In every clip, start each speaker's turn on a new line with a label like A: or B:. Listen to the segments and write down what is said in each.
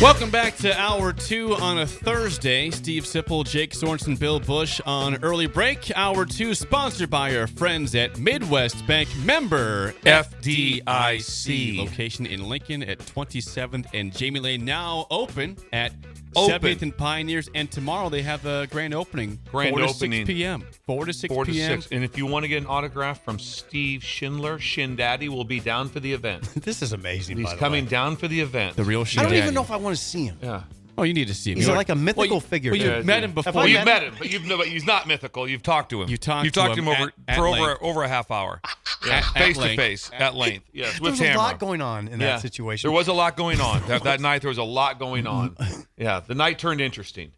A: Welcome back to hour two on a Thursday. Steve Sipple, Jake Sorensen, Bill Bush on early break. Hour two sponsored by our friends at Midwest Bank member
B: FDIC.
A: Location in Lincoln at 27th and Jamie Lane. Now open at
B: Open.
A: 7th and Pioneers. And tomorrow they have a grand opening.
C: Grand
A: 4 To 6
C: opening.
A: p.m. 4 to 6
C: Four to
A: p.m.
C: six. And if you want to get an autograph from Steve Schindler, Shindaddy will be down for the event.
D: This is amazing.
C: He's
D: by the
C: coming
D: way.
C: down for the event.
A: The real shit.
D: I don't even know if I want to see him.
C: yeah.
A: Oh, you need to see him.
D: He's
A: You're-
D: like a mythical figure.
A: Well, you
D: Yeah,
A: met
C: yeah.
A: him before.
D: I
C: Well,
D: met
C: you've met him, but you've no, but he's not mythical. You've talked to him.
A: You talked
C: You've
A: to
C: talked to
A: him
C: him, over
A: at-
C: for
A: at length.
C: over over a half hour,
A: At- at
C: face to
A: length.
C: face at length. Yes, with
D: There's a
C: Tamara.
D: lot going on in that situation.
C: There was a lot going on that, that night. There was a lot going on. Yeah, the night turned interesting.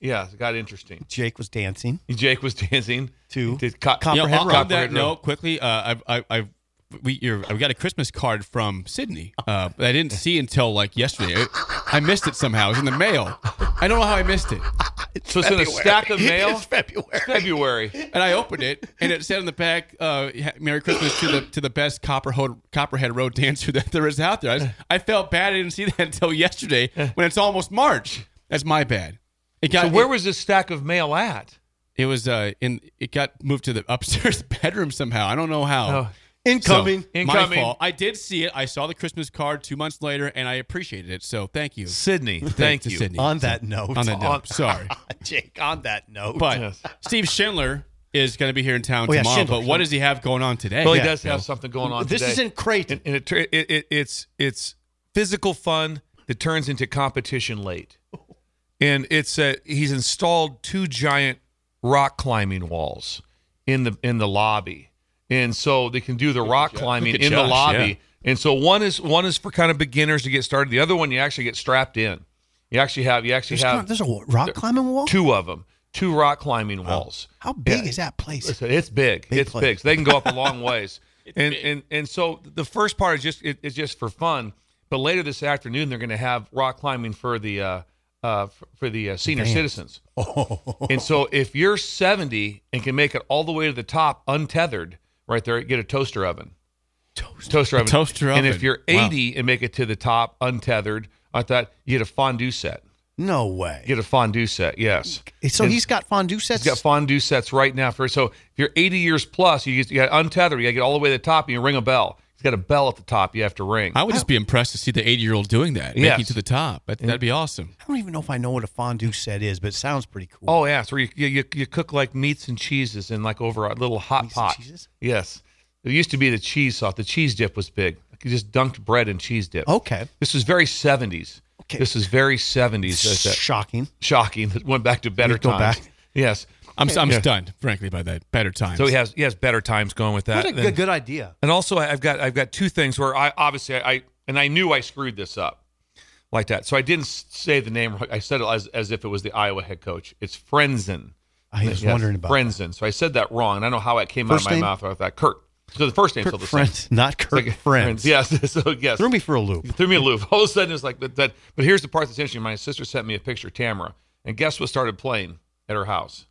C: Yeah, it got interesting.
D: Jake was dancing.
C: Jake was dancing
D: To
C: He did co-
A: Yeah,
D: Copperhead
A: on, on
D: Rock.
A: that
C: Copperhead
A: note,
C: Rock.
A: quickly, uh, I, I, I, we, you're, I got a Christmas card from Sydney. Uh, that I didn't see until like yesterday. I- I missed it somehow. It was in the mail. I don't know how I missed it.
C: So it's in a stack of mail.
D: It's February.
C: February.
A: And I opened it, and it said on the back, uh, "Merry Christmas to the to the best Copperhead Copperhead Road dancer that there is out there." I, was- I felt bad. I didn't see that until yesterday when it's almost March. That's my bad. It got
C: So where
A: it-
C: was this stack of mail at?
A: it was uh, in it got moved to the upstairs bedroom somehow. I don't know how.
D: Incoming.
A: So,
C: Oh.
A: My
C: Incoming.
A: fault. I did see it. I saw the Christmas card two months later, and I appreciated it. So thank you.
C: Sydney. Thank
A: to
C: you. Oh,
A: Sydney.
D: on that note.
A: On that note. Sorry.
D: Jake, on that note.
A: But
C: Yes.
A: Steve Schindler is going to be here in town
D: Oh, yeah,
A: tomorrow.
D: Schindler,
A: but what does he have going on today?
C: Well, he
D: Yeah.
C: does have something going on
D: this
C: today.
D: is in Creighton.
C: and, and it, tur- it, it it's it's physical fun that turns into competition late. And it's uh he's installed two giant rock climbing walls in the in the lobby. And so they can do the rock climbing
A: Look
C: in
A: at
C: the
A: Josh,
C: lobby. And so one is one is for kind of beginners to get started. The other one you actually get strapped in. You actually have you actually
D: There's,
C: have
D: there's a rock climbing wall.
C: two of them, two rock climbing walls.
D: How big
C: Yeah.
D: is that place?
C: Listen, it's big.
D: Big
C: it's
D: place.
C: big. So they can go up a long ways. and and and so the first part is just it, it's just for fun. But later this afternoon, they're going to have rock climbing for the uh, uh, for, for the Oh. uh, senior citizens. And so if you're 70 and can make it all the way to the top untethered, right there, get a toaster oven. Toaster, oven.
A: toaster
C: And
A: oven.
C: if you're 80 and make it to the top untethered, I thought you get a fondue set.
D: No way.
C: You get a fondue set. Yes.
D: So
C: And-
D: he's got fondue sets.
C: He's got fondue sets right now for so if you're 80 years plus, you, you got to untether, you got to get all the way to the top, and you ring a bell. He's got a bell at the top you have to ring.
A: I would just be impressed to see the 80 year old doing that,
C: Yes.
A: making it to the top. That, that'd be awesome.
D: I don't even know if I know what a fondue set is, but it sounds pretty cool.
C: oh yeah, so you, you you- you cook like meats and cheeses in like over a little hot
D: Meats and
C: pot.
D: cheeses?
C: Yes, it used to be the cheese sauce. The cheese dip was big. You just dunked bread in cheese dip.
D: Okay.
C: this is very 70s.
D: Okay.
C: this is very 70s. That's it.
D: Shocking.
C: Shocking. It went back to better
D: go
C: times.
D: back.
C: Yes.
A: I'm, I'm
C: Yeah.
A: stunned, frankly, by that. Better times.
C: So he has he has better times going with that.
D: What a
C: than-
D: good, good idea.
C: And also, I- I've got I've got two things where I obviously I, I and I knew I screwed this up like that. So I didn't s- say the name. right. I said it as, as if it was the Iowa head coach. It's Frenzen.
D: I was
C: Yes,
D: wondering about that.
C: Frenzen. So I said that wrong. And I don't know how it came out of
D: First
C: my
D: name?
C: mouth like that. Kurt. So the first name's still the same.
D: Friends, not Kirk.
C: Like,
D: friends.
C: Yes. So yes.
D: Threw me for a loop.
C: You threw me a loop. All of a sudden, it's like that, that. But here's the part that's interesting. My sister sent me a picture, Tamara, and guess what started playing at her house?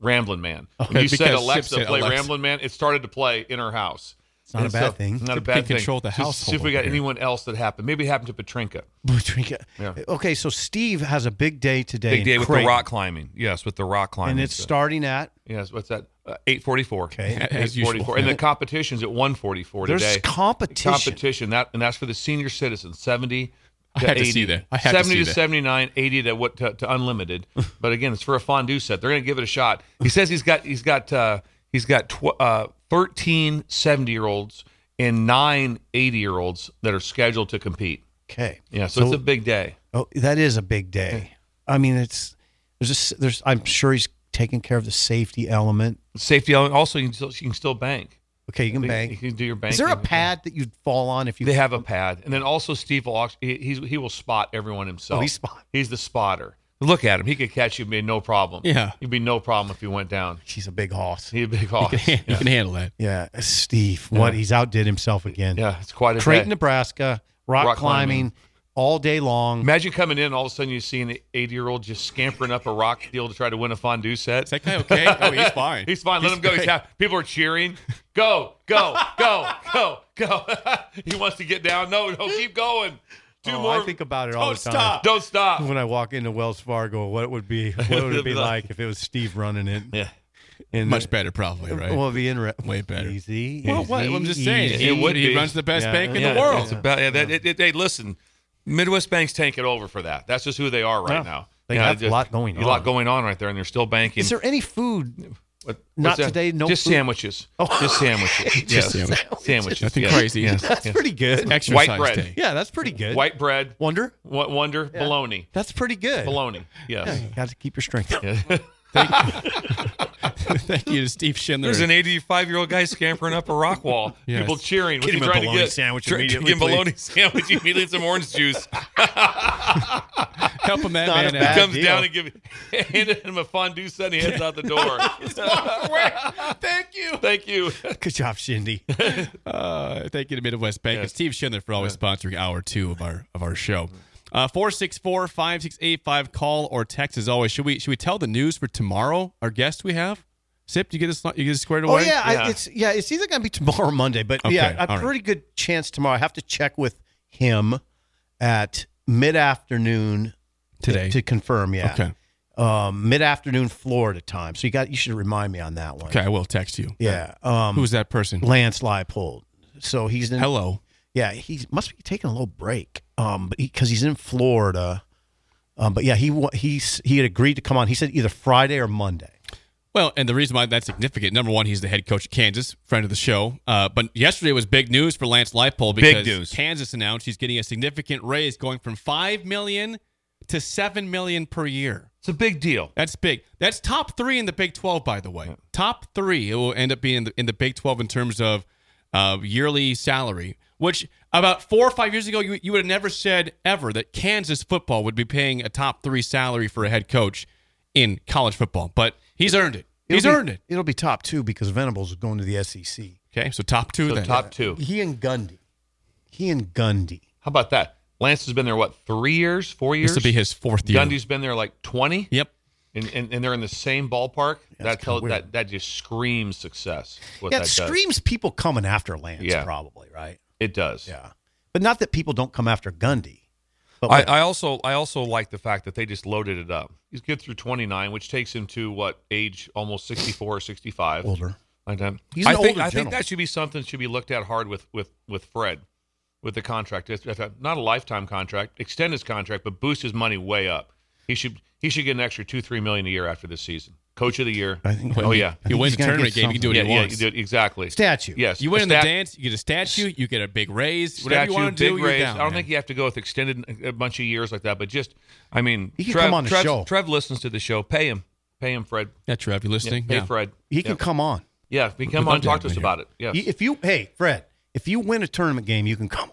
C: Ramblin' Man. When
A: Okay,
C: you said
A: because Chip
C: Alexa
A: said
C: play
A: Alexa.
C: Ramblin' Man, it started to play in her house.
D: It's not a
C: And
D: bad
C: so-
D: thing.
C: Not a
A: They
C: bad thing.
A: control the
C: Just See if
A: household
C: we
A: over
C: got
A: here.
C: anyone else that happened. Maybe it happened to Petrinka.
D: Petrinka.
C: Yeah.
D: Okay, so Steve has a big day today.
C: Big
D: in
C: day with the
D: Creighton,
C: rock climbing. Yes, with the rock climbing.
D: and it's
C: So-
D: starting at.
C: Yes, what's that? Uh, 844.
D: Okay.
A: As
C: 844.
A: usual.
C: And the competition's at 144
D: There's
C: today.
D: competition.
C: Competition. That and that's for the senior citizens, 70
A: I
C: to
A: had to
C: 80.
A: see that. I had to
C: 70
A: see
C: to,
A: that.
C: 79, 80 to what to, to unlimited. But again, it's for a fondue set. They're going to give it a shot. He says he's got he's got uh he's got tw- uh 13 70-year-olds and 9 80-year-olds that are scheduled to compete.
D: Okay.
C: Yeah, so, it's a big day.
D: Oh, that is a big day. I mean, it's there's a s there's. I'm sure he's taking care of the safety element.
C: Safety element. also you can still, you can still bank.
D: Okay, you can
C: You can-
D: bank.
C: You can do your bank.
D: Is there a pad that you'd fall on if you?
C: They have a pad, and then also Steve will ox- he he's, he will spot everyone himself.
D: Oh, he spot-
C: He's the spotter. Look at him; he could catch you, be no problem.
A: Yeah.
C: he'd be no problem if he went down.
D: She's a big hoss.
C: He'd be big off.
A: You can handle that.
D: Yeah, Steve. What he's outdid himself again.
C: Yeah, it's quite a
D: Creighton,
C: day.
D: Nebraska, rock,
C: Rock climbing.
D: climbing, all day long.
C: Imagine coming in, all of a sudden you see an eighty-year-old just scampering up a rock deal to try to win a fondue set.
A: Is that guy okay? Oh, he's fine.
C: He's fine. Let him go. He's
A: great.
C: happy. People are cheering. Go, go, go, go, go. he wants to get down. No, no, keep going. Do
D: Oh,
C: more.
D: I think about it all
A: Don't
D: the time.
A: stop.
C: Don't stop.
D: When I walk into Wells Fargo, what it would be, what would it be like if it was Steve running it?
C: Yeah.
D: And
A: Much better, probably, right?
D: Well, it'd be interesting.
A: Way better.
D: Easy.
A: Well, what? I'm just
D: easy,
A: saying.
D: easy.
A: He,
C: It would
A: he
C: be.
A: runs the best
D: Yeah.
A: bank in
C: Yeah,
A: the world.
C: It's about, yeah, that, it, it, hey, listen, Midwest banks taking over for that. That's just who they are right
D: Yeah.
C: now.
D: They
C: You know,
D: got a
C: just-
D: lot going
C: A lot
D: on.
C: going on right there, and they're still banking.
D: Is there any food?
C: What- what's
D: not
C: that?
D: today, no
C: just
D: food?
C: sandwiches.
D: Oh.
C: Just sandwiches. yes.
A: sandwiches.
C: Sandwiches.
A: Nothing
C: yes.
A: crazy.
C: Yes.
D: That's
C: yes.
D: pretty good.
A: Exercise
C: White bread.
A: day.
D: Yeah, that's pretty good.
C: White bread.
D: Wonder.
C: Wo- Wonder. Bologna.
D: That's pretty good.
C: Bologna. Yes.
D: You got to keep your strength.
A: Thank you to Steve Schindler.
C: There's an 85 year old guy scampering up a rock wall.
A: Yes.
C: People cheering. What's
D: Get
C: he
D: him a
C: trying to
D: bologna
C: get?
D: sandwich
C: Try-
D: immediately,
C: Get him bologna sandwich immediately. and Some orange juice.
A: Help him that
D: not
A: man
D: a
A: out.
D: bad-
C: Comes
D: deal.
C: down and give handed him a fondue set. And he heads out the door.
A: Thank you.
C: Thank you.
D: good job, Shindy.
A: Uh, thank you to Midwest Bank and Steve Schindler for always sponsoring hour two of our of our show. Uh, 464-5685, call or text as always. Should we should we tell the news for tomorrow? Our guest we have? Sip, do you get us you get us squared
D: Oh
A: away?
D: yeah, I,
C: Yeah.
D: it's yeah, it's either gonna be tomorrow or Monday, but
A: Okay,
D: yeah,
A: all
D: a
A: right.
D: pretty good chance tomorrow. I have to check with him at mid afternoon
A: Today.
D: to, confirm. Yeah,
A: Okay.
D: um, mid afternoon Florida time. So you got you should remind me on that one.
A: Okay, I will text you.
D: Yeah. Um,
A: Who's that person?
D: Lance Leipold? So he's in.
A: Hello.
D: Yeah, he must be taking a little break. Um, because he's in Florida. Um, but yeah, he wa- he's he had agreed to come on. He said either Friday or Monday.
A: Well, and the reason why that's significant, number one, he's the head coach of Kansas, friend of the show. Uh, but yesterday was big news for Lance Leipold because
C: news.
A: Kansas announced he's getting a significant raise going from five million to seven million per year.
C: It's a big deal.
A: That's big. That's top three in the Big Twelve, by the way. Top three. It will end up being in the, in the Big Twelve in terms of uh, yearly salary, which about four or five years ago you you would have never said ever that Kansas football would be paying a top three salary for a head coach in college football. But he's earned it. He's
D: It'll be-
A: earned it.
D: It'll be top two because Venables is going to the SEC.
A: Okay, so top two
C: So
A: then.
C: top two.
D: He and Gundy. He and Gundy.
C: How about that? Lance has been there what three years, four years?
A: This will be his fourth year.
C: Gundy's been there like twenty,
A: Yep.
C: and, and, and they're in the same ballpark. that
D: kinda
C: tell,
D: weird.
C: that that just screams success. What
D: yeah,
C: that
D: it
C: does.
D: screams people coming after Lance,
C: Yeah.
D: probably, right?
C: It does.
D: Yeah. But not that people don't come after Gundy. But
C: I, I also I also like the fact that they just loaded it up. He's good through twenty nine, which takes him to what age? Almost sixty four or sixty five.
D: older.
C: Like that.
D: He's
C: I
D: an
C: think,
D: older
C: I think
D: gentleman.
C: that should be something that should be looked at hard with with with Fred, with the contract. It's- it's a- not a lifetime contract, extend his contract, but boost his money way up. He should he should get an extra two three million a year after this season. Coach of the year.
D: I think-
C: Oh yeah.
D: I
A: You win
D: think he's
A: the
D: gonna
A: tournament
D: get
A: game, you can do what
C: yeah,
A: you
C: yeah,
A: want.
C: you did- exactly.
D: Statue.
C: Yes.
A: You win
C: a
A: in the
C: stat-
A: dance, you get a statue, you get a big raise, whatever
C: Statue,
A: you want to do.
C: big
A: you're
C: raise.
A: down,
C: I don't
A: man.
C: think you have to go with extended a bunch of years like that, but just I mean,
D: He can
C: Trev,
D: come on the
C: Trev,
D: show.
C: Trev listens to the show. Pay him, pay him, Fred.
A: Yeah, Trev, you
C: Yeah,
A: listening?
C: pay Fred.
D: He can come on.
C: Yeah, if he
A: We'd
C: come
A: love
C: on,
A: to
C: talk
A: have
C: to
A: him
C: us
A: in
C: about it. Yeah,
D: If you hey, Fred, if you win a tournament game, you can come.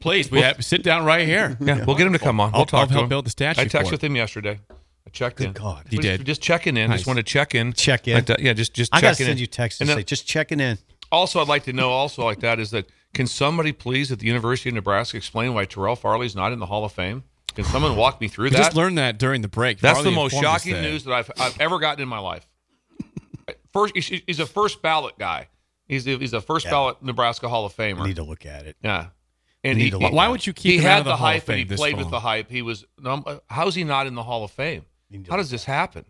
A: Please, we have, sit down right here.
C: Yeah, we'll get him to come on. We'll
A: I'll-
C: talk
A: I'll
C: to
A: help
C: him.
A: build the statue
C: I
A: for
C: texted
A: him.
C: with him yesterday. I checked in.
D: God.
A: He
C: Just-
A: did.
C: Just checking in. Just
A: Nice.
C: want to check in.
D: Check in.
C: Like that. Yeah, just just
D: I
C: checking
D: gotta send
C: in.
D: you text to
C: And then
D: say just checking in.
C: also, I'd like to know also like that is that can somebody please at the University of Nebraska explain why Terrell Farley's not in the Hall of Fame? Can someone walk me through
A: We
C: that?
A: just learned that during the break.
C: That's
A: Farley
C: the most
A: informed us
C: shocking
A: that.
C: news that I've, I've ever gotten in my life. First, he's- he's a first ballot guy. He's the, he's a first ballot Nebraska Hall of Famer.
D: I need to look at it.
C: yeah, and
D: need
C: he,
D: to
C: he-
D: look
A: Why would you keep
C: he
A: him
C: had
A: out of the, Hall of
C: hype
A: Fame
C: and he
A: this
C: played with
A: fall?
C: the hype. He was num- how's he not in the Hall of Fame?
D: Need to
C: How
D: look
C: does this happen?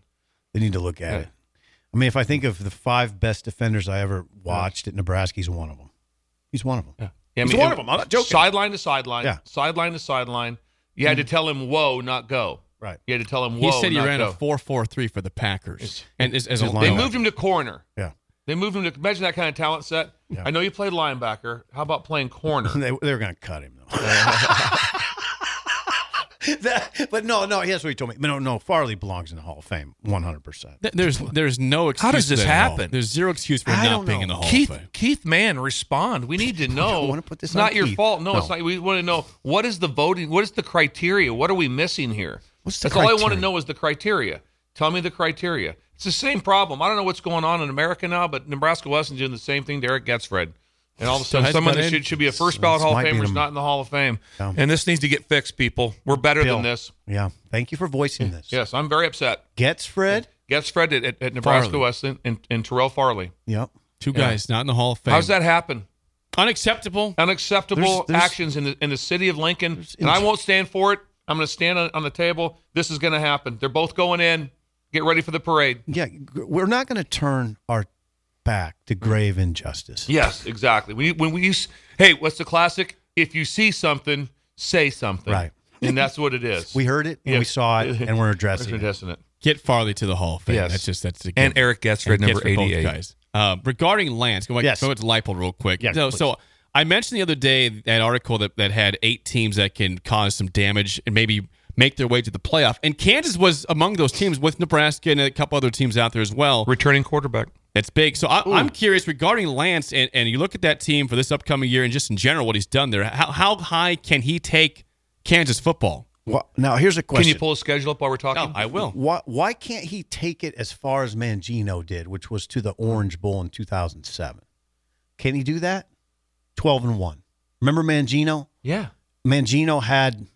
D: They need to look at
C: Yeah.
D: it. I mean, if I think of the five best defenders I ever watched at Nebraska, he's one of them. He's one of them.
C: Yeah, I
D: He's
C: mean,
D: one
C: it-
D: of 'em. I'm not joking.
C: Sideline to sideline.
D: Yeah.
C: Sideline to sideline. You had to tell him, whoa, not go.
D: Right.
C: You had to tell him,
A: Hmm. He
C: whoa.
A: said he
C: not
A: ran
C: go.
A: a four four three for the Packers, and as, as a
D: His
C: They
D: lineup.
C: moved him to corner.
D: Yeah.
C: They moved him to imagine that kind of talent set.
D: Yeah.
C: I know you played linebacker. How about playing corner?
D: They, they were going to cut him though. That- but no, no, here's what he told me. No, no, Farley belongs in the Hall of Fame, 100. percent
A: Th- There's there's no excuse.
C: How does
A: for
C: this
A: that at all.
C: happen?
A: There's zero excuse for
D: I
A: not
D: don't
A: being in the
D: know.
A: Hall
C: Keith,
A: of Fame.
C: Keith Mann, respond. We need to know.
D: wanna put this
C: it's not
D: on
C: your
D: Keith.
C: fault. No, it's
D: No.
C: not. We want to know what is the voting? What is the criteria? What are we missing here?
D: What's the
C: That's all I want
D: criteria?
C: to know is the criteria. Tell me the criteria. It's the same problem. I don't know what's going on in America now, but Nebraska wasn't doing the same thing. Derek Getzfred. And all of a sudden,
A: Still
C: someone
A: headbutt
C: that
A: in.
C: should, should be a first ballot
D: This
C: Hall of
D: might be
C: Famer is
D: the-
C: not in the Hall of Fame.
D: Yeah.
C: And this needs to get fixed, people. We're better than this.
D: Yeah. Thank you for voicing this.
C: Yes, I'm very upset.
D: Gets Fred.
C: Getzfred at, at, at Nebraska
A: Farley.
C: Wesleyan and, and Terrell Farley.
D: Yep.
A: Two guys not in the Hall of Fame.
C: How's that happen?
A: Unacceptable.
C: unacceptable
D: There's- there's-
C: actions in the, in the city of Lincoln, and I won't stand for it. I'm going to stand on, on the table. This is going to happen. They're both going in. Get ready for the parade.
D: Yeah. g- We're not going to turn our back to grave injustice.
C: Mm-hmm. Yes, exactly. When you, when we use, hey, what's the classic? If you see something, say something.
D: Right.
C: and that's what it is.
D: We heard it and
C: Yeah.
D: we saw it and we're addressing it.
C: Isn't it?
A: Get Farley to the Hall of Fame.
C: Yes.
A: That's just that's a
C: And
A: given.
C: Eric Getzfred,
A: And
C: number
A: Getzfred, both
C: 88.
A: Guys. Uh, regarding Lance, go back,
D: Yes.
A: go back to Leipold real quick.
D: Yes,
A: so,
D: please.
A: so I mentioned the other day that article that, that had eight teams that can cause some damage and maybe make their way to the playoff. And Kansas was among those teams with Nebraska and a couple other teams out there as well.
C: Returning quarterback.
A: That's big. So I, I'm curious regarding Lance, and, and you look at that team for this upcoming year and just in general what he's done there. How, how high can he take Kansas football?
D: Well, now here's a question.
C: Can you pull a schedule up while we're talking?
A: No, I will.
D: Why, why can't he take it as far as Mangino did, which was to the Orange Bowl in 2007? Can he do that? 12 and 1. Remember Mangino?
C: yeah.
D: Mangino had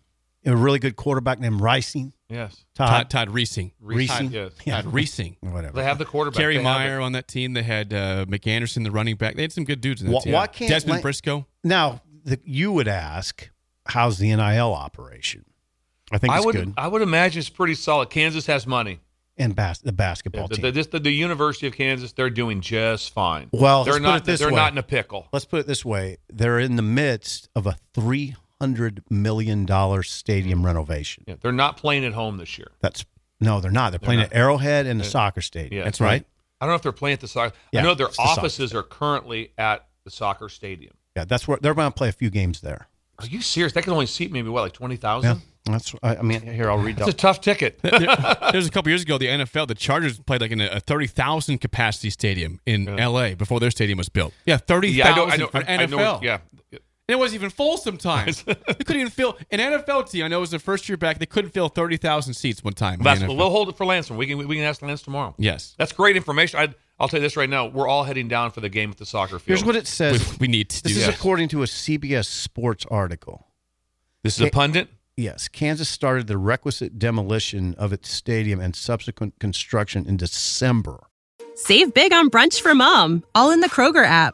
D: a really good quarterback named Rising.
C: Yes.
A: Todd,
D: Todd.
A: Todd Reesing.
D: Reesing?
C: Yes.
A: Todd Reesing.
D: Whatever.
C: They have the quarterback.
A: Kerry
C: They have
A: Meyer
C: it.
A: on that team. They had uh, McAnderson, the running back. They had some good dudes in that
D: Why-
A: team.
D: why can't
A: Desmond
D: Lan-
A: Briscoe?
D: now, the, you would ask, how's the NIL operation? I think
C: I
D: it's
C: would.
D: good.
C: I would imagine it's pretty solid. Kansas has money.
D: and bas- the
C: Yeah,
D: basketball
C: the,
D: team.
C: the, this- the, the University of Kansas, they're doing just fine.
D: Well,
C: they're
D: let's put
C: not.
D: it this
C: they're
D: way.
C: not in a pickle.
D: Let's put it this way they're in the midst of a $300 million stadium renovation.
C: Yeah, they're not playing at home this year.
D: That's no, they're not. They're, playing at Arrowhead and the soccer stadium.
C: yeah.
D: That's right.
C: I don't know if they're playing at the soccer.
D: Yeah,
C: I know their
D: it's the soccer
C: offices are currently at the soccer stadium.
D: Yeah, that's where they're going to play a few games there.
C: Are you serious? That can only seat maybe what, like twenty
D: Yeah,
C: thousand?
D: that's. I, I mean, here I'll read
C: That's a
D: that.
C: tough ticket.
A: There's a couple years ago, the NFL, the Chargers played like in a, a 30,000 capacity stadium in L.A. before their stadium was built. Yeah, 30,000
C: yeah, I don't. I
A: for
C: don't. I,
A: NFL.
C: I know, yeah,
A: And it wasn't even full sometimes. they couldn't even fill an NFL team. I know it was their first year back. They couldn't fill thirty thousand seats one time. in the
C: that's.
A: NFL.
C: We'll hold it for Lance. We can. We can ask Lance tomorrow.
A: yes.
C: That's great information. I, I'll tell you this right now. We're all heading down for the game at the soccer field.
D: Here's what it
A: We,
D: says.
A: we need to do
D: This is
A: that.
D: according to a CBS Sports article.
C: this is a pundit.
D: Yes, Kansas started the requisite demolition of its stadium and subsequent construction in December.
E: Save big on brunch for mom, all in the Kroger app.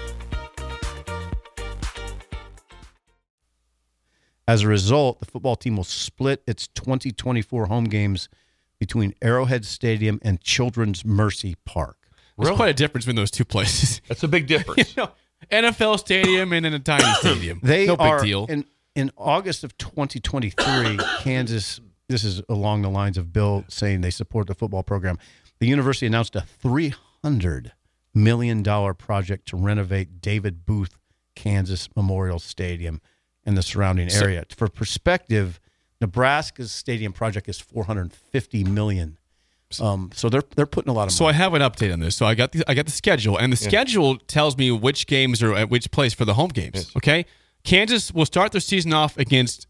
D: As a result, the football team will split its 2024 home games between Arrowhead Stadium and Children's Mercy Park.
A: There's quite a difference between those two places.
C: That's a big difference.
A: No, NFL stadium and in a tiny stadium.
D: They
A: no
D: are
A: big deal.
D: In, in August of 2023, Kansas. This is along the lines of Bill saying they support the football program. The university announced a 300 million dollar project to renovate David Booth Kansas Memorial Stadium and the surrounding area. For perspective, Nebraska's stadium project is 450 million. Um, so they're they're putting a lot of
A: so I
D: money.
A: have an update on this. So I got the I got the schedule, and the schedule tells me which games are at which place for the home games. Okay, Kansas will start their season off against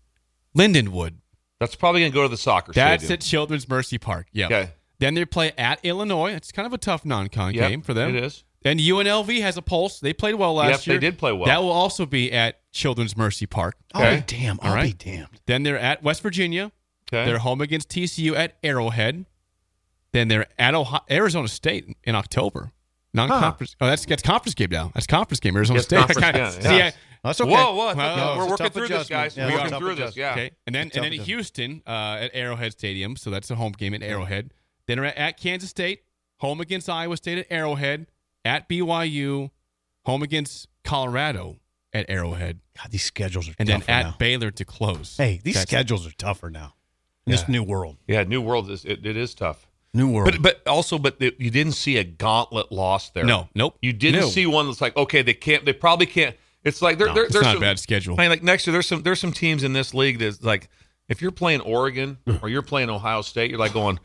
A: Lindenwood.
C: That's probably going to go to the soccer
A: That's
C: stadium.
A: at Children's Mercy Park. Yeah.
C: Okay.
A: Then they play at Illinois. It's kind of a tough non-con
C: Yep,
A: game for them.
C: it is.
A: And UNLV has a pulse. They played well last
C: Yep, they
A: year.
C: did play well.
A: That will also be at Children's Mercy Park.
D: I'll
C: Okay.
D: be damned. I'll
A: right.
D: be damned.
A: Then they're at West Virginia.
C: Okay.
A: They're home against TCU at Arrowhead. Then they're at Ohio- Arizona State in October. Non-conference. Oh, that's that's conference game now. That's conference game. Arizona
C: Yes,
A: State. I
C: conference
A: kinda-
C: game,
A: See,
C: yes.
A: I-
D: That's okay.
C: Whoa, whoa! I
A: Well,
C: thought-
A: no,
C: we're
D: it's a
C: working
D: tough
C: through this,
D: adjustment.
C: guys.
D: Yeah,
C: we're
D: it's a
C: working
D: tough
C: through this.
D: adjustment.
C: Yeah.
A: Okay. And then
D: It's
A: and
D: tough
A: then
D: to-
A: Houston uh, at Arrowhead Stadium. So that's a home game
C: Hmm.
A: at Arrowhead. Then are at Kansas State, home against Iowa State at Arrowhead, at BYU, home against Colorado at Arrowhead,
D: God, these schedules are
A: and then
D: tougher
A: at
D: now.
A: Baylor to close.
D: Hey, these
A: That's-
D: schedules are tougher now. In this new world.
C: Yeah. New World is it, it is tough.
D: New world.
C: But but also, but the, you didn't see a gauntlet loss there.
A: No, nope.
C: You didn't
A: No.
C: see one that's like, okay, they can't. They probably can't. It's like they're, they're,
A: It's
C: there's
A: not a
C: some,
A: bad schedule.
C: I mean, like next year, there's some there's some teams in this league that's like, if you're playing Oregon or you're playing Ohio State, you're like going,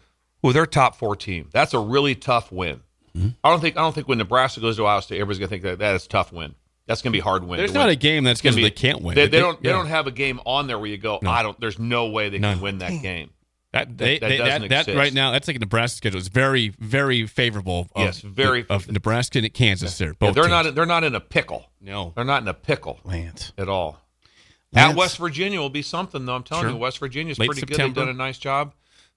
C: "Ooh, they're top four team. That's a really tough win."
A: Mm-hmm.
C: I don't think I don't think when Nebraska goes to Ohio State, everybody's gonna think that that is a tough win. That's gonna be a hard win.
A: There's
C: to
A: not
C: win.
A: a game that's going to
C: Gonna
A: they
C: be-
A: can't win.
C: They, they don't they
A: yeah.
C: don't have a game on there where you go, I don't. There's no way they
A: No.
C: can win that game.
A: That, they,
C: that
A: they- that,
C: doesn't
A: that
C: exist.
A: right now, that's like a Nebraska schedule. It's very, very favorable. Of,
C: Yes, very
A: of Nebraska and Kansas. There, both
C: Yeah, they're
A: teams.
C: not they're not in a pickle.
A: No.
C: they're not in a pickle
D: Lance.
C: at all.
D: Lance.
C: At West Virginia will be something though. I'm telling
A: Sure.
C: you, West Virginia's
A: Late
C: pretty
A: September.
C: good. They've done a nice job.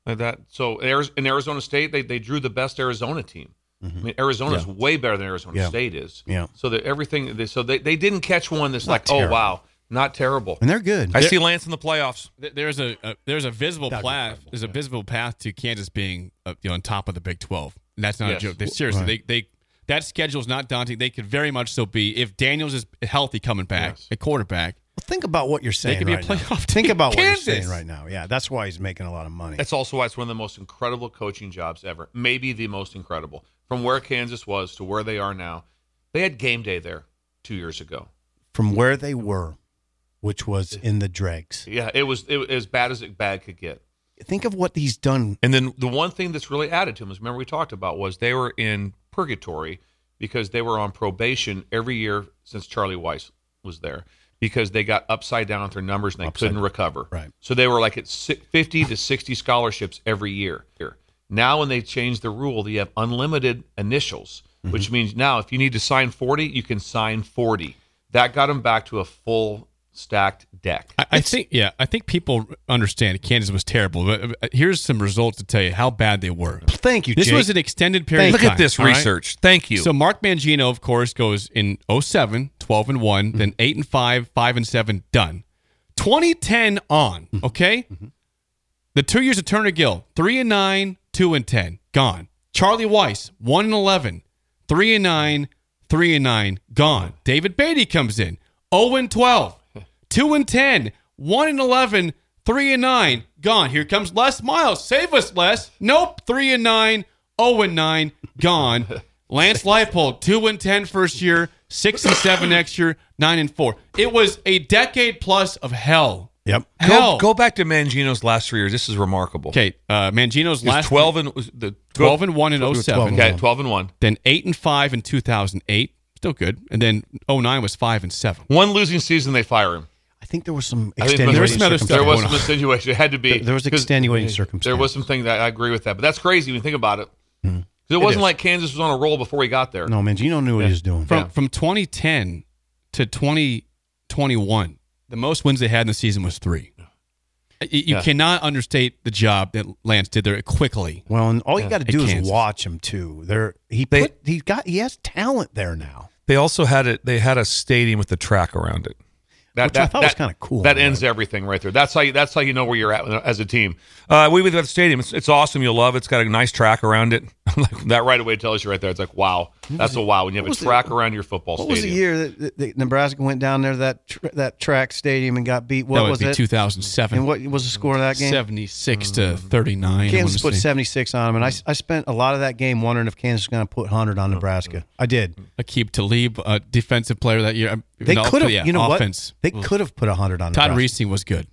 C: at that so Ari- in Arizona State, they, they drew the best Arizona team. I mean, Arizona's way better than Arizona
D: Yeah.
C: State is.
D: Yeah.
C: So that everything they, so they, they didn't catch one that's like, oh
D: terrible.
C: wow, not terrible.
D: And they're good.
C: I see Lance in the playoffs.
A: Th- There's a, a there's a visible
D: That'd be
A: path.
D: incredible,
A: There's a visible path to Kansas being uh, you know, on top of the Big Twelve. And that's not
C: Yes.
A: a joke. They, seriously, they they that schedule is not daunting. They could very much so be if Daniels is healthy coming back,
C: Yes.
A: a quarterback.
D: Well, think about what you're saying.
A: could be a
D: right now.
A: playoff
D: Think
A: team.
D: about what
A: Kansas.
D: you're saying right now. Yeah, that's why he's making a lot of money.
C: That's also why it's one of the most incredible coaching jobs ever. Maybe the most incredible. From where Kansas was to where they are now, they had game day there two years ago.
D: From where they were, which was in the dregs.
C: Yeah, it was it was as bad as it bad could get.
D: Think of what he's done.
C: And then the one thing that's really added to them is remember we talked about was they were in purgatory because they were on probation every year since Charlie Weiss was there because they got upside down with their numbers and they
D: Upside-
C: couldn't recover.
D: right.
C: So they were like at si- 50 to 60 scholarships every year. Now when they changed the rule, you have unlimited initials, which means now if you need to sign 40, you can sign 40. That got them back to a full stacked deck.
A: I, I think yeah, I think people understand Kansas was terrible. But uh, here's some results to tell you how bad they were.
D: Thank you,
A: This
D: Jake.
A: was an extended period. of time, all right?
C: Thank you.
A: So Mark Mangino, of course, goes in 07, 12 and one
C: Mm-hmm.
A: then eight and five, five and seven, done. 2010 on,
C: Mm-hmm.
A: okay. The two years of Turner Gill, three and nine, two and ten, gone. Charlie Weiss, one and 11, three and nine, three and nine, gone. David Beatty comes in, 0 and 12, two and 10, one and 11, three and nine, gone. Here comes Les Miles, save us, Les. Nope, three and nine, 0 and nine, gone. Lance Leipold, two and 10 first year, six and seven next year, nine and four. It was a decade plus of hell.
D: Yep.
A: Hell.
C: Go, go back to Mangino's last three years. This is remarkable.
A: Okay, uh, Mangino's
C: He was
A: last
C: 12 and was the
A: 12 and 1 in 07.
C: Okay, 12 and 1.
A: Then 8 and 5 in 2008. Still good. And then 09 was 5 and 7.
C: One losing season, they fire him.
D: I think there was some
C: I think
D: extenuating
A: there was some other
D: circumstance.
A: stuff
C: There was
A: going
C: some
A: on.
C: extenuation. It had to be.
D: There- there was
C: 'cause
D: extenuating
C: There was
D: circumstance. Hmm.
C: something that I agree with that, but that's crazy when you think about it. 'Cause It
D: is.
C: wasn't like Kansas was on a roll before he got there.
D: No, Mangino knew what he was doing.
A: From, from 2010 to 2021, the most wins they had in the season was three. You, you
C: Yeah.
A: cannot understate the job that Lance did there quickly.
D: Well, and all you got to
A: At
D: do is
A: Kansas.
D: watch him too. There, he
F: They-
D: put, he got he has talent there now.
F: They also had it. They had a stadium with the track around it.
C: That,
D: Which I thought was kinda cool.
C: That ends everything right there. That's how you, that's how you know where you're at as a team.
F: Uh, we went to the stadium. It's, it's awesome. You'll love it. It's got a nice track around it. I'm like,
C: That right away tells you right there. It's like wow, that's a wow when you have a track around your football
D: What was the
C: stadium.
D: year that, that, that Nebraska went down there to that tr- that track stadium and got beat? What
A: that would
D: was
A: be
D: it?
A: 2007.
D: And what was the score of that game? Uh,
A: 76 to 39. I
D: Kansas
A: wanna
D: put
A: say.
D: 76 on them, and I, I spent a lot of that game wondering if Kansas was going to put 100
A: Oh,
D: on Nebraska. I did.
A: Akib Talib, a defensive player that year.
D: They
A: Mm-hmm. No,
D: could have,
A: yeah,
D: you know
A: offense.
D: what? They could have put 100 on
A: Todd
D: Nebraska.
A: Reesing was good.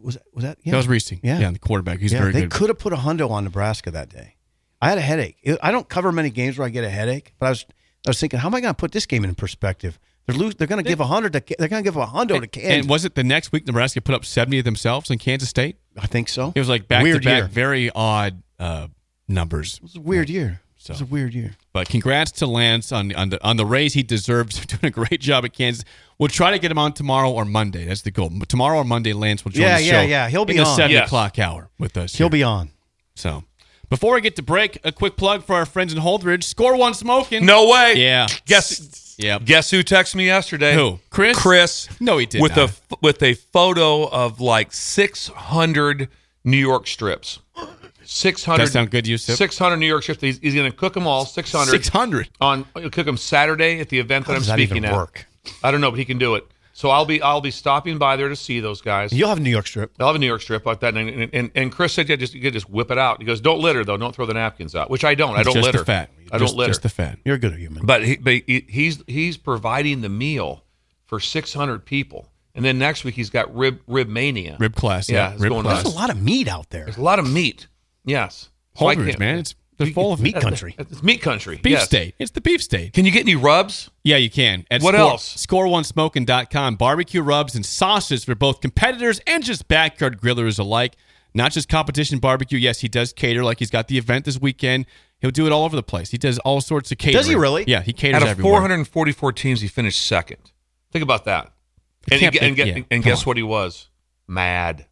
D: Was that, was that, yeah.
A: That was Reesing.
D: Yeah.
A: yeah, the quarterback. He's
D: yeah,
A: very
D: they
A: good.
D: could have put a hundo on Nebraska that day. I had a headache. It- I don't cover many games where I get a headache, but I was I was thinking, how am I going to put this game in perspective? They're lose, They're going to give a hundred. They're going to give a hundo to Kansas.
A: And was it the next week Nebraska put up 70 of themselves in Kansas State?
D: I think so.
A: It was like back
D: weird
A: to back,
D: year.
A: very odd uh, numbers.
D: It was a weird year. It was a weird year.
A: But congrats to Lance on on the on the raise he deserves. Doing a great job at Kansas. We'll try to get him on tomorrow or Monday. That's the goal. Tomorrow or Monday, Lance will join
D: Yeah,
A: the
D: yeah,
A: show.
D: yeah. He'll be
A: in the
D: on.
A: seven
D: Yes.
A: o'clock hour with us.
D: He'll
A: here.
D: be on.
A: so. Before we get to break, a quick plug for our friends in Holdridge. Score one smoking.
C: No way.
A: Yeah.
C: Guess
A: Yeah.
C: guess who texted me yesterday?
A: Who? Chris?
C: Chris.
A: No, he did
C: With
A: not.
C: a with a photo of like 600 New York strips. 600.
A: That sound good to you, Sip?
C: 600 New York strips. He's, he's going to cook them all. 600.
A: Six hundred.
C: On he'll cook them Saturday at the event that
D: How
C: I'm
D: does that
C: speaking
D: even
C: at.
D: work?
C: I don't know, but he can do it. So I'll be I'll be stopping by there to see those guys.
D: You'll have New York strip.
C: I'll have a New York strip like that. And, and, and Chris said, yeah, just, you could just whip it out. He goes, don't litter, though. Don't throw the napkins out, which I don't. I don't
A: just
C: litter.
A: The fat.
C: I
A: just,
C: don't litter.
A: Just the fat.
D: You're a good human.
C: but he, but he, he's he's providing the meal for 600 people. And then next week, he's got rib, rib mania.
A: Rib class.
C: Yeah,
A: Yeah.
C: it's
A: rib
C: going
A: class.
C: on.
D: There's a lot of meat out there.
C: A lot of meat. Yes. So I
A: Holdridge,
C: can't-
A: man. It's they're full of
D: Meat country.
C: It's meat country.
A: Beef
C: yes.
A: state. It's the beef state.
C: Can you get any rubs?
A: Yeah, you can. At
C: What
A: score,
C: else?
A: ScoreOneSmoking.com. Barbecue rubs and sauces for both competitors and just backyard grillers alike. Not just competition barbecue. Yes, he does cater. Like he's got the event this weekend. He'll do it all over the place. He does all sorts of catering.
D: Does he really?
A: Yeah, he caters
C: Out of
A: everywhere.
C: 444 teams, he finished second. Think about that. And, he,
A: can't
C: and,
A: be-
C: get-
A: yeah,
C: and
A: come
C: guess
A: on.
C: what he was? Mad.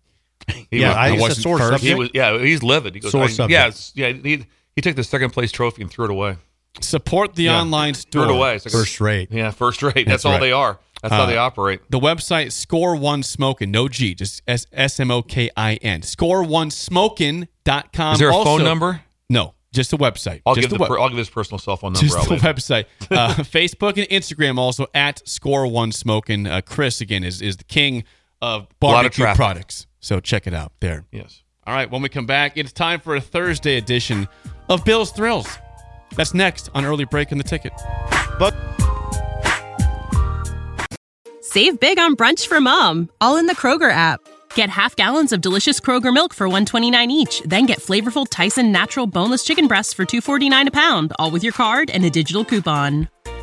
C: He
D: yeah,
C: was-
D: I,
A: I
D: it's a
A: wasn't
D: sore
A: first.
D: subject.
C: He was, yeah, he's livid. He goes,
D: Sore
C: I-
D: subject.
C: yeah, it's- yeah. He, he took the second place trophy and threw it away.
A: Support the online
C: Threw
A: store.
C: it away. It's like-
D: First rate.
C: Yeah, first rate. That's, all
A: right. Uh,
C: they are. That's how they operate.
A: The website Score One Smoking, no G, just S S M O K I N. ScoreOneSmoking.com.
C: Is there a phone
A: Also-
C: number?
A: No, just a website.
C: I'll
A: just
C: give the,
A: a web-
C: per, I'll give his personal cell phone number.
A: just
C: out
A: the
C: later.
A: website, uh, Facebook and Instagram, also at Score One Smoking. Uh, Chris again is is the king of
C: lot of
A: barbecue
C: traffic.
A: products, so check it out there.
C: Yes.
A: All right, when we come back, it's time for a Thursday edition of Bill's Thrills. That's next on early break in the ticket.
E: Save big on brunch for mom, all in the Kroger app. Get half gallons of delicious Kroger milk for 129 each, then get flavorful Tyson natural boneless chicken breasts for 249 a pound, all with your card and a digital coupon.